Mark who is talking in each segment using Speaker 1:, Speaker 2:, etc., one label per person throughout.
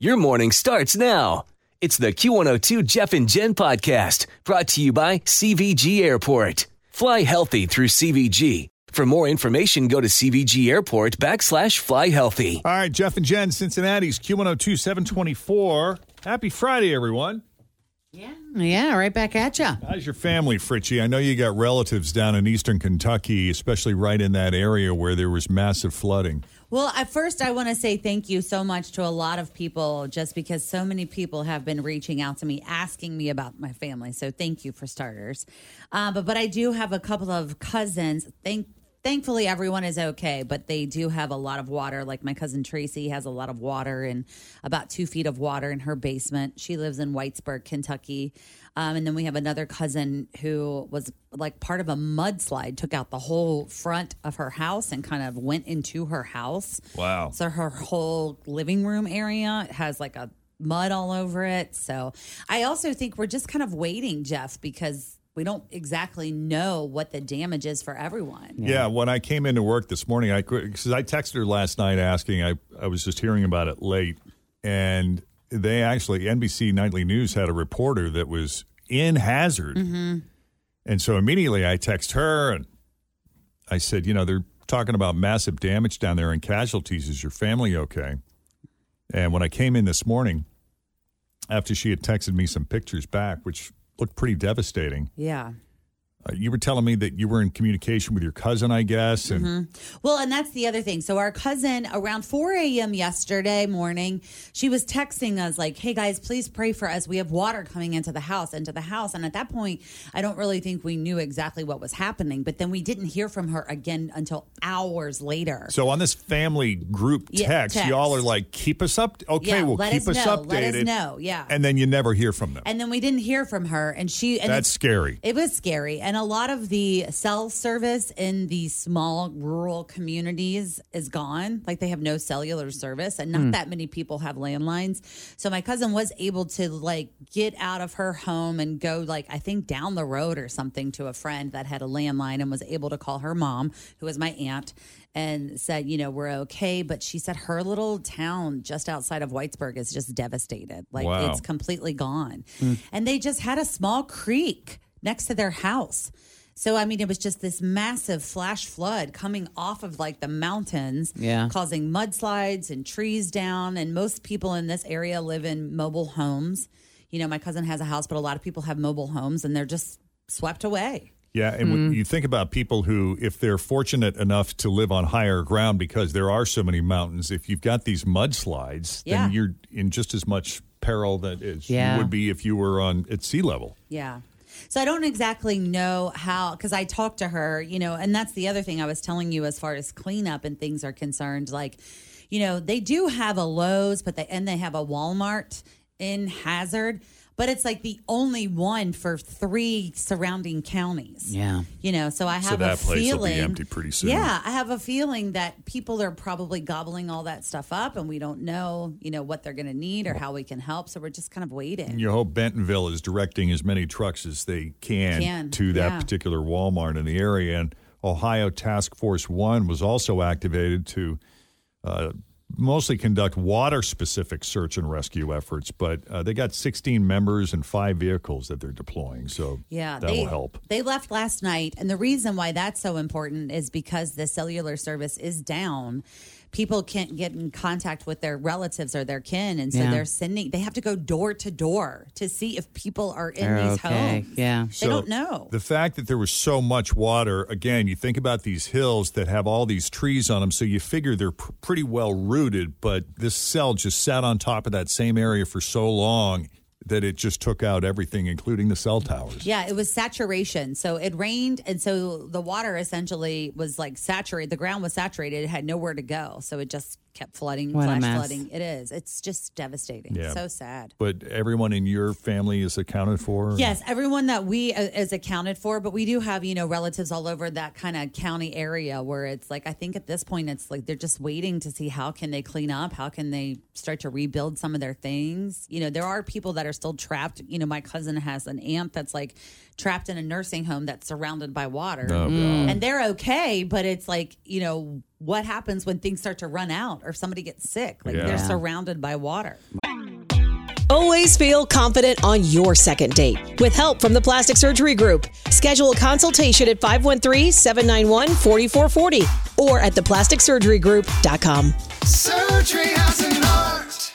Speaker 1: Your morning starts now. It's the Q102 Jeff and Jen podcast brought to you by CVG Airport. Fly healthy through CVG. For more information, go to CVG Airport backslash fly healthy.
Speaker 2: All right, Jeff and Jen, Cincinnati's Q102 724. Happy Friday, everyone.
Speaker 3: Yeah, right back at you.
Speaker 2: How's your family, Fritchie? I know you got relatives down in eastern Kentucky, especially right in that area where there was massive flooding.
Speaker 4: Well, at first, I want to say thank you so much to a lot of people just because so many people have been reaching out to me asking me about my family. So thank you for starters. Uh, but, but I do have a couple of cousins. Thank Thankfully, everyone is okay, but they do have a lot of water. Like my cousin Tracy has a lot of water and about two feet of water in her basement. She lives in Whitesburg, Kentucky. Um, and then we have another cousin who was like part of a mudslide, took out the whole front of her house and kind of went into her house.
Speaker 2: Wow.
Speaker 4: So her whole living room area has like a mud all over it. So I also think we're just kind of waiting, Jeff, because we don't exactly know what the damage is for everyone.
Speaker 2: Yeah. when I came into work this morning, I because I texted her last night asking. I I was just hearing about it late, and they actually NBC Nightly News had a reporter that was in Hazard, and so immediately I text her and I said, you know, they're talking about massive damage down there and casualties. Is your family okay? And when I came in this morning, after she had texted me some pictures back, which looked pretty devastating.
Speaker 4: Yeah.
Speaker 2: Uh, you were telling me that you were in communication with your cousin, I guess, and
Speaker 4: Mm-hmm. Well, and that's the other thing. So our cousin around 4 a.m. yesterday morning, she was texting us like, "Hey guys, please pray for us. We have water coming into the house, into the house." And at that point, I don't really think we knew exactly what was happening. But then we didn't hear from her again until hours later.
Speaker 2: so on this family group
Speaker 4: Yeah,
Speaker 2: text,
Speaker 4: text.
Speaker 2: y'all are like, "Keep us up." Okay,
Speaker 4: Yeah,
Speaker 2: well,
Speaker 4: let
Speaker 2: keep
Speaker 4: us
Speaker 2: us
Speaker 4: know,
Speaker 2: updated.
Speaker 4: let us know, yeah.
Speaker 2: and then you never hear from them.
Speaker 4: and then we didn't hear from her, and she and
Speaker 2: That's
Speaker 4: it's-
Speaker 2: scary.
Speaker 4: It was scary. And a lot of the cell service in the small rural communities is gone. Like they have no cellular service and not
Speaker 2: Hmm.
Speaker 4: that many people have landlines. So my cousin was able to like get out of her home and go like I think down the road or something to a friend that had a landline and was able to call her mom, who was my aunt, and said, you know, we're okay. But she said her little town just outside of Whitesburg is just devastated. Like
Speaker 2: Wow.
Speaker 4: it's completely gone. And they just had a small creek next to their house. So I mean, it was just this massive flash flood coming off of like the mountains,
Speaker 3: Yeah.
Speaker 4: causing mudslides and trees down. And most people in this area live in mobile homes. You know, my cousin has a house, but a lot of people have mobile homes, and they're just swept away.
Speaker 2: Yeah, and
Speaker 4: Mm-hmm.
Speaker 2: when you think about people who, if they're fortunate enough to live on higher ground because there are so many mountains, if you've got these mudslides,
Speaker 4: Yeah.
Speaker 2: then you're in just as much peril that as
Speaker 3: Yeah.
Speaker 2: you would be if you were on at sea level.
Speaker 4: Yeah. So I don't exactly know how, because I talked to her, you know, and that's the other thing I was telling you as far as cleanup and things are concerned. Like, you know, they do have a Lowe's, but they and they have a Walmart in Hazard, but it's like the only one for three surrounding counties.
Speaker 3: Yeah.
Speaker 4: You know, so I have
Speaker 2: So that
Speaker 4: a
Speaker 2: place will be
Speaker 4: feeling
Speaker 2: empty pretty soon.
Speaker 4: Yeah, I have a feeling that people are probably gobbling all that stuff up, and we don't know, you know, what they're going to need or how we can help. So we're just kind of waiting.
Speaker 2: You hope Bentonville is directing as many trucks as they can,
Speaker 4: Can,
Speaker 2: to that
Speaker 4: yeah.
Speaker 2: particular Walmart in the area. And Ohio Task Force One was also activated to uh, mostly conduct water specific search and rescue efforts. But uh, they got 16 members and five vehicles that they're deploying. So
Speaker 4: Yeah,
Speaker 2: that
Speaker 4: they,
Speaker 2: will help.
Speaker 4: They left last night, and the reason why that's so important is because the cellular service is down. People can't get in contact with their relatives or their kin, and so
Speaker 3: Yeah.
Speaker 4: they're sending. They have to go door to door to see if people are in
Speaker 3: They're
Speaker 4: these
Speaker 3: okay.
Speaker 4: homes.
Speaker 3: Yeah.
Speaker 4: they don't know.
Speaker 2: The fact that there was so much water, again, you think about these hills that have all these trees on them, so you figure they're pr- pretty well rooted, but this cell just sat on top of that same area for so long that it just took out everything, including the cell towers.
Speaker 4: Yeah, it was saturation. So it rained, and so the water essentially was like saturated. The ground was saturated; it had nowhere to go, so it just kept flooding,
Speaker 3: What a
Speaker 4: flash
Speaker 3: mess.
Speaker 4: flooding. It is. It's just devastating.
Speaker 2: Yeah.
Speaker 4: So sad.
Speaker 2: But everyone in your family is accounted for?
Speaker 4: Yes, everyone that we uh, is accounted for, but we do have you know relatives all over that kind of county area where it's like I think at this point it's like they're just waiting to see how can they clean up, how can they start to rebuild some of their things. You know, there are people that are still trapped. You know, my cousin has an aunt that's like trapped in a nursing home that's surrounded by water, and they're okay, but it's like you know what happens when things start to run out or somebody gets sick, like
Speaker 2: Yeah.
Speaker 4: they're surrounded by water.
Speaker 5: Always feel confident on your second date. With help from the Plastic Surgery Group, schedule a consultation at 513 791 4440 or at theplasticsurgerygroup.com.
Speaker 6: Surgery has an art.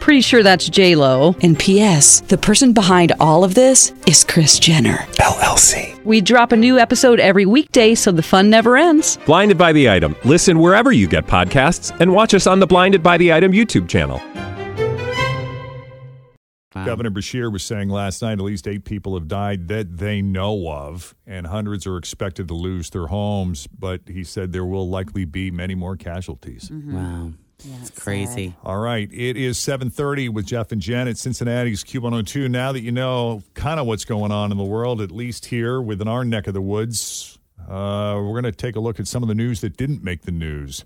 Speaker 7: Pretty sure that's J Lo.
Speaker 5: And P.S. The person behind all of this is Chris Jenner.
Speaker 8: LLC.
Speaker 7: We drop a new episode every weekday, so the fun never ends.
Speaker 8: Blinded by the item. Listen wherever you get podcasts, and watch us on the Blinded by the Item YouTube channel.
Speaker 3: Wow.
Speaker 2: Governor Bashir was saying last night at least eight people have died that they know of, and hundreds are expected to lose their homes. But he said there will likely be many more casualties.
Speaker 3: Wow. It's crazy.
Speaker 2: All right, it is 7:30 with Jeff and Jen at Cincinnati's Q102. Now that you know kind of what's going on in the world, at least here within our neck of the woods, uh, we're going to take a look at some of the news that didn't make the news.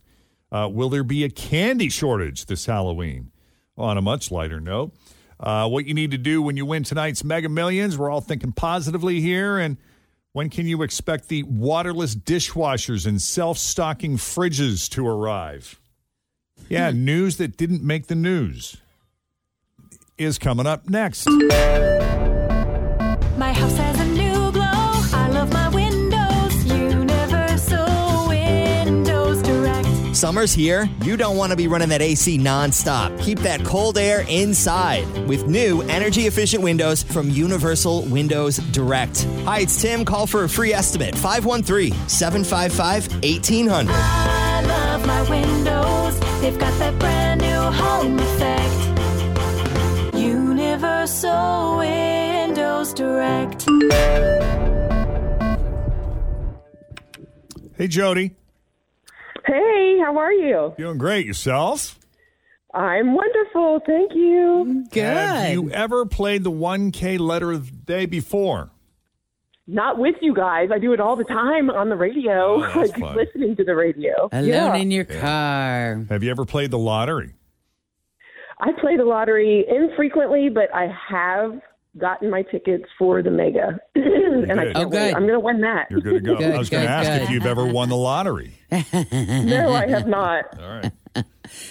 Speaker 2: Uh, will there be a candy shortage this Halloween? On a much lighter note, uh, what you need to do when you win tonight's Mega Millions. We're all thinking positively here, and when can you expect the waterless dishwashers and self-stocking fridges to arrive? Yeah, news that didn't make the news is coming up next.
Speaker 9: My house has a new glow. I love my windows. Universal Windows Direct.
Speaker 6: Summer's here. You don't want to be running that AC nonstop. Keep that cold air inside with new energy efficient windows from Universal Windows Direct. Hi, it's Tim. Call for a free estimate 513 755 1800.
Speaker 9: I love my windows. They've got that brand new home effect. Universal Windows Direct.
Speaker 2: Hey, Jody.
Speaker 10: Hey, how are you?
Speaker 2: Doing great yourself?
Speaker 10: I'm wonderful. Thank you.
Speaker 2: Have you ever played the 1K letter of the day before?
Speaker 10: Not with you guys. I do it all the time on the radio.
Speaker 2: Oh, that's
Speaker 10: I keep
Speaker 2: fun.
Speaker 10: listening to the radio.
Speaker 3: Alone
Speaker 10: yeah.
Speaker 3: in your car.
Speaker 2: Have you ever played the lottery?
Speaker 10: I play the lottery infrequently, but I have gotten my tickets for the mega. and I
Speaker 2: good.
Speaker 10: can't
Speaker 3: Oh,
Speaker 10: wait.
Speaker 3: good.
Speaker 10: I'm going to win that.
Speaker 2: You're good to go.
Speaker 3: Good,
Speaker 2: I was going
Speaker 3: good,
Speaker 2: to ask
Speaker 3: good.
Speaker 2: if you've ever won the lottery.
Speaker 10: no, I have not.
Speaker 2: All right.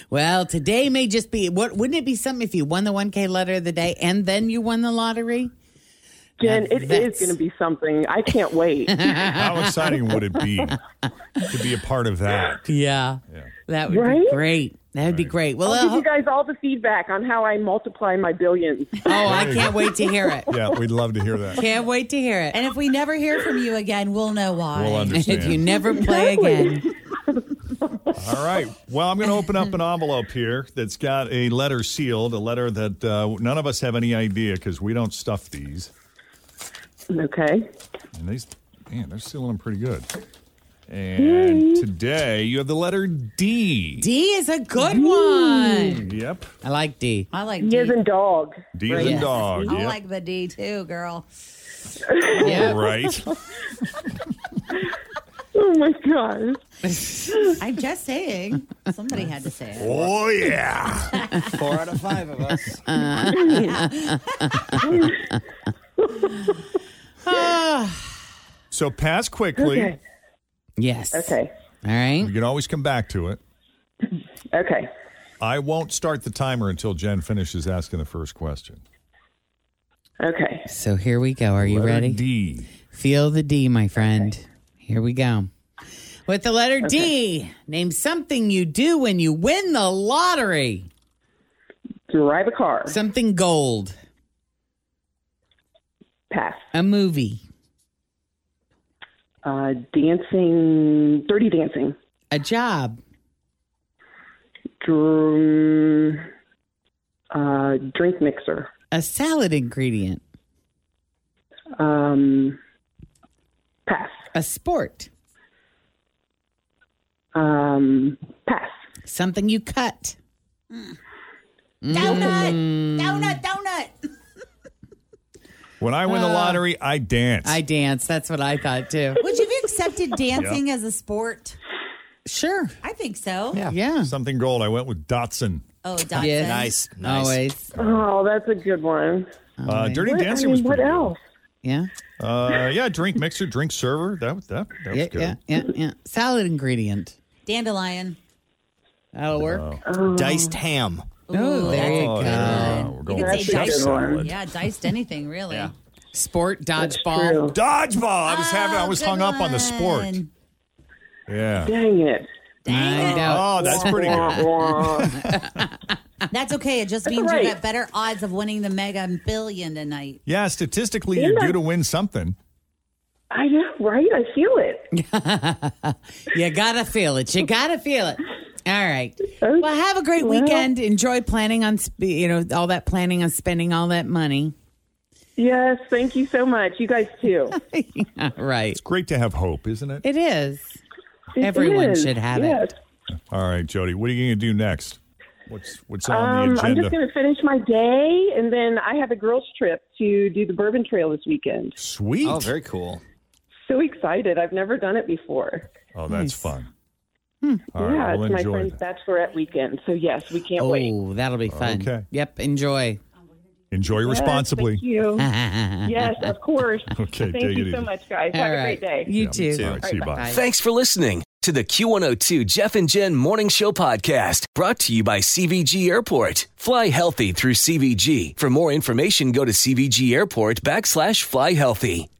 Speaker 3: Well, today may just be what wouldn't it be something if you won the 1K letter of the day and then you won the lottery?
Speaker 10: Jen,
Speaker 3: Now
Speaker 10: it
Speaker 3: that's-
Speaker 10: is going to be something. I can't wait.
Speaker 2: How exciting would it be to be a part of that?
Speaker 3: Yeah. That would
Speaker 10: Right?
Speaker 3: be great. That would be great. Well, oh,
Speaker 10: Give
Speaker 3: I
Speaker 10: you
Speaker 3: hope-
Speaker 10: guys all the feedback on how I multiply my billions.
Speaker 3: oh, I can't wait to hear it.
Speaker 2: Yeah, we'd love to hear that.
Speaker 3: Can't wait to hear it.
Speaker 4: And if we never hear from you again, we'll know why.
Speaker 2: We'll understand.
Speaker 3: If you never play again.
Speaker 2: All right. Well, I'm going to open up an envelope here that's got a letter sealed, a letter that uh, none of us have any idea because we don't stuff these.
Speaker 10: okay.
Speaker 2: And these, man, they're sealing them pretty good. And today you have the letter D.
Speaker 3: D is a good one.
Speaker 2: Yep.
Speaker 3: I like D.
Speaker 4: I like
Speaker 10: He is
Speaker 4: D.
Speaker 10: a dog.
Speaker 2: D is a
Speaker 4: Yes.
Speaker 2: dog.
Speaker 4: I
Speaker 3: Oh
Speaker 2: Yep.
Speaker 4: like the D too, girl.
Speaker 3: Yeah.
Speaker 2: right.
Speaker 10: Oh, my gosh.
Speaker 4: I'm just saying. Somebody had to say it.
Speaker 2: oh, yeah.
Speaker 6: Four out of five of us.
Speaker 2: So pass quickly.
Speaker 10: Okay.
Speaker 3: Yes.
Speaker 10: Okay.
Speaker 3: All right.
Speaker 2: You can always come back to it.
Speaker 10: Okay.
Speaker 2: I won't start the timer until Jen finishes asking the first question.
Speaker 10: Okay.
Speaker 3: So here we go. Are you
Speaker 2: Letter
Speaker 3: ready?
Speaker 2: D.
Speaker 3: Feel the D, my friend. Here we go. With the letter D, name something you do when you win the lottery.
Speaker 10: Drive a car.
Speaker 3: Something gold.
Speaker 10: Pass.
Speaker 3: A movie.
Speaker 10: Uh, dancing, dirty dancing,
Speaker 3: A job.
Speaker 10: dr- uh, drink mixer.
Speaker 3: A salad ingredient.
Speaker 10: Um, pass.
Speaker 3: A sport.
Speaker 10: Um, pass.
Speaker 3: Something you cut.
Speaker 2: Mm.
Speaker 4: Donut. Donut. Donut.
Speaker 2: When I win the
Speaker 3: Uh,
Speaker 2: lottery, I dance.
Speaker 3: I dance. That's what I thought too.
Speaker 4: Would you have accepted dancing as a sport?
Speaker 3: Sure.
Speaker 4: I think so.
Speaker 3: Yeah.
Speaker 2: Something gold. I went with Dotson.
Speaker 4: Oh, Dotson.
Speaker 3: Yes.
Speaker 6: Nice, nice.
Speaker 3: Always.
Speaker 10: Oh, that's a good one.
Speaker 2: Uh, Dirty
Speaker 10: What, I
Speaker 2: Dancing
Speaker 10: mean,
Speaker 2: was
Speaker 10: what
Speaker 2: pretty good.
Speaker 10: else?
Speaker 3: Yeah.
Speaker 2: Uh, yeah, drink mixer, drink server. That was that. That was
Speaker 3: Yeah,
Speaker 2: good.
Speaker 3: yeah. Yeah. Yeah. Salad ingredient.
Speaker 4: Dandelion.
Speaker 3: That'll work.
Speaker 6: Diced ham.
Speaker 3: Oh, there you
Speaker 2: Oh,
Speaker 3: go.
Speaker 2: yeah. We're going
Speaker 4: You could
Speaker 2: with
Speaker 4: say
Speaker 2: chef
Speaker 4: diced.
Speaker 2: salad.
Speaker 4: Yeah, diced anything, really.
Speaker 6: Yeah.
Speaker 3: Sport
Speaker 10: True.
Speaker 3: dodgeball.
Speaker 2: Dodgeball. I was having. I was
Speaker 4: Oh, Ah, good
Speaker 2: hung up on the sport.
Speaker 4: one.
Speaker 2: Yeah.
Speaker 10: Dang it.
Speaker 3: I know.
Speaker 2: Oh, that's pretty
Speaker 10: Wah,
Speaker 2: good.
Speaker 10: wah.
Speaker 4: That's okay. It just means
Speaker 10: right.
Speaker 4: you got better odds of winning the mega billion tonight.
Speaker 2: Yeah, statistically, you're due to win something.
Speaker 10: I know, right? I feel it.
Speaker 3: You gotta feel it. You gotta feel it. All right. Well, have a great weekend. Enjoy planning on, sp- you know, all that planning on spending all that money.
Speaker 10: Yes, thank you so much. You guys too.
Speaker 3: All right.
Speaker 2: Great to have hope, isn't it?
Speaker 3: It is.
Speaker 10: It
Speaker 3: Everyone
Speaker 10: is,
Speaker 3: should have
Speaker 10: yes.
Speaker 3: it.
Speaker 2: All right, Jody. What are you going to do next? What's What's on
Speaker 10: Um,
Speaker 2: the
Speaker 10: I'm
Speaker 2: agenda?
Speaker 10: just going to finish my day, and then I have a girls' trip to do the Bourbon Trail this weekend.
Speaker 2: Sweet.
Speaker 6: Oh, very cool.
Speaker 10: So excited! I've never done it before.
Speaker 2: Oh, that's fun. All right,
Speaker 10: Hmm. yeah,
Speaker 2: we'll
Speaker 10: it's my
Speaker 2: enjoy
Speaker 10: friend's
Speaker 2: that.
Speaker 10: bachelorette weekend. So yes, we can't wait.
Speaker 3: Oh, that'll be fun.
Speaker 2: Okay.
Speaker 3: Yep. Enjoy.
Speaker 2: Enjoy responsibly.
Speaker 10: Thank you.
Speaker 3: yes.
Speaker 10: yes, of course.
Speaker 2: Okay,
Speaker 10: Thank
Speaker 2: take
Speaker 10: you
Speaker 2: it
Speaker 10: so
Speaker 2: easy.
Speaker 10: much, guys. have a great day.
Speaker 3: You
Speaker 2: Yeah,
Speaker 3: too.
Speaker 2: All right, see you. Bye.
Speaker 1: Thanks for listening to the Q102 Jeff and Jen Morning Show podcast brought to you by CVG Airport. Fly healthy through CVG. For more information, go to CVG Airport backslash fly healthy.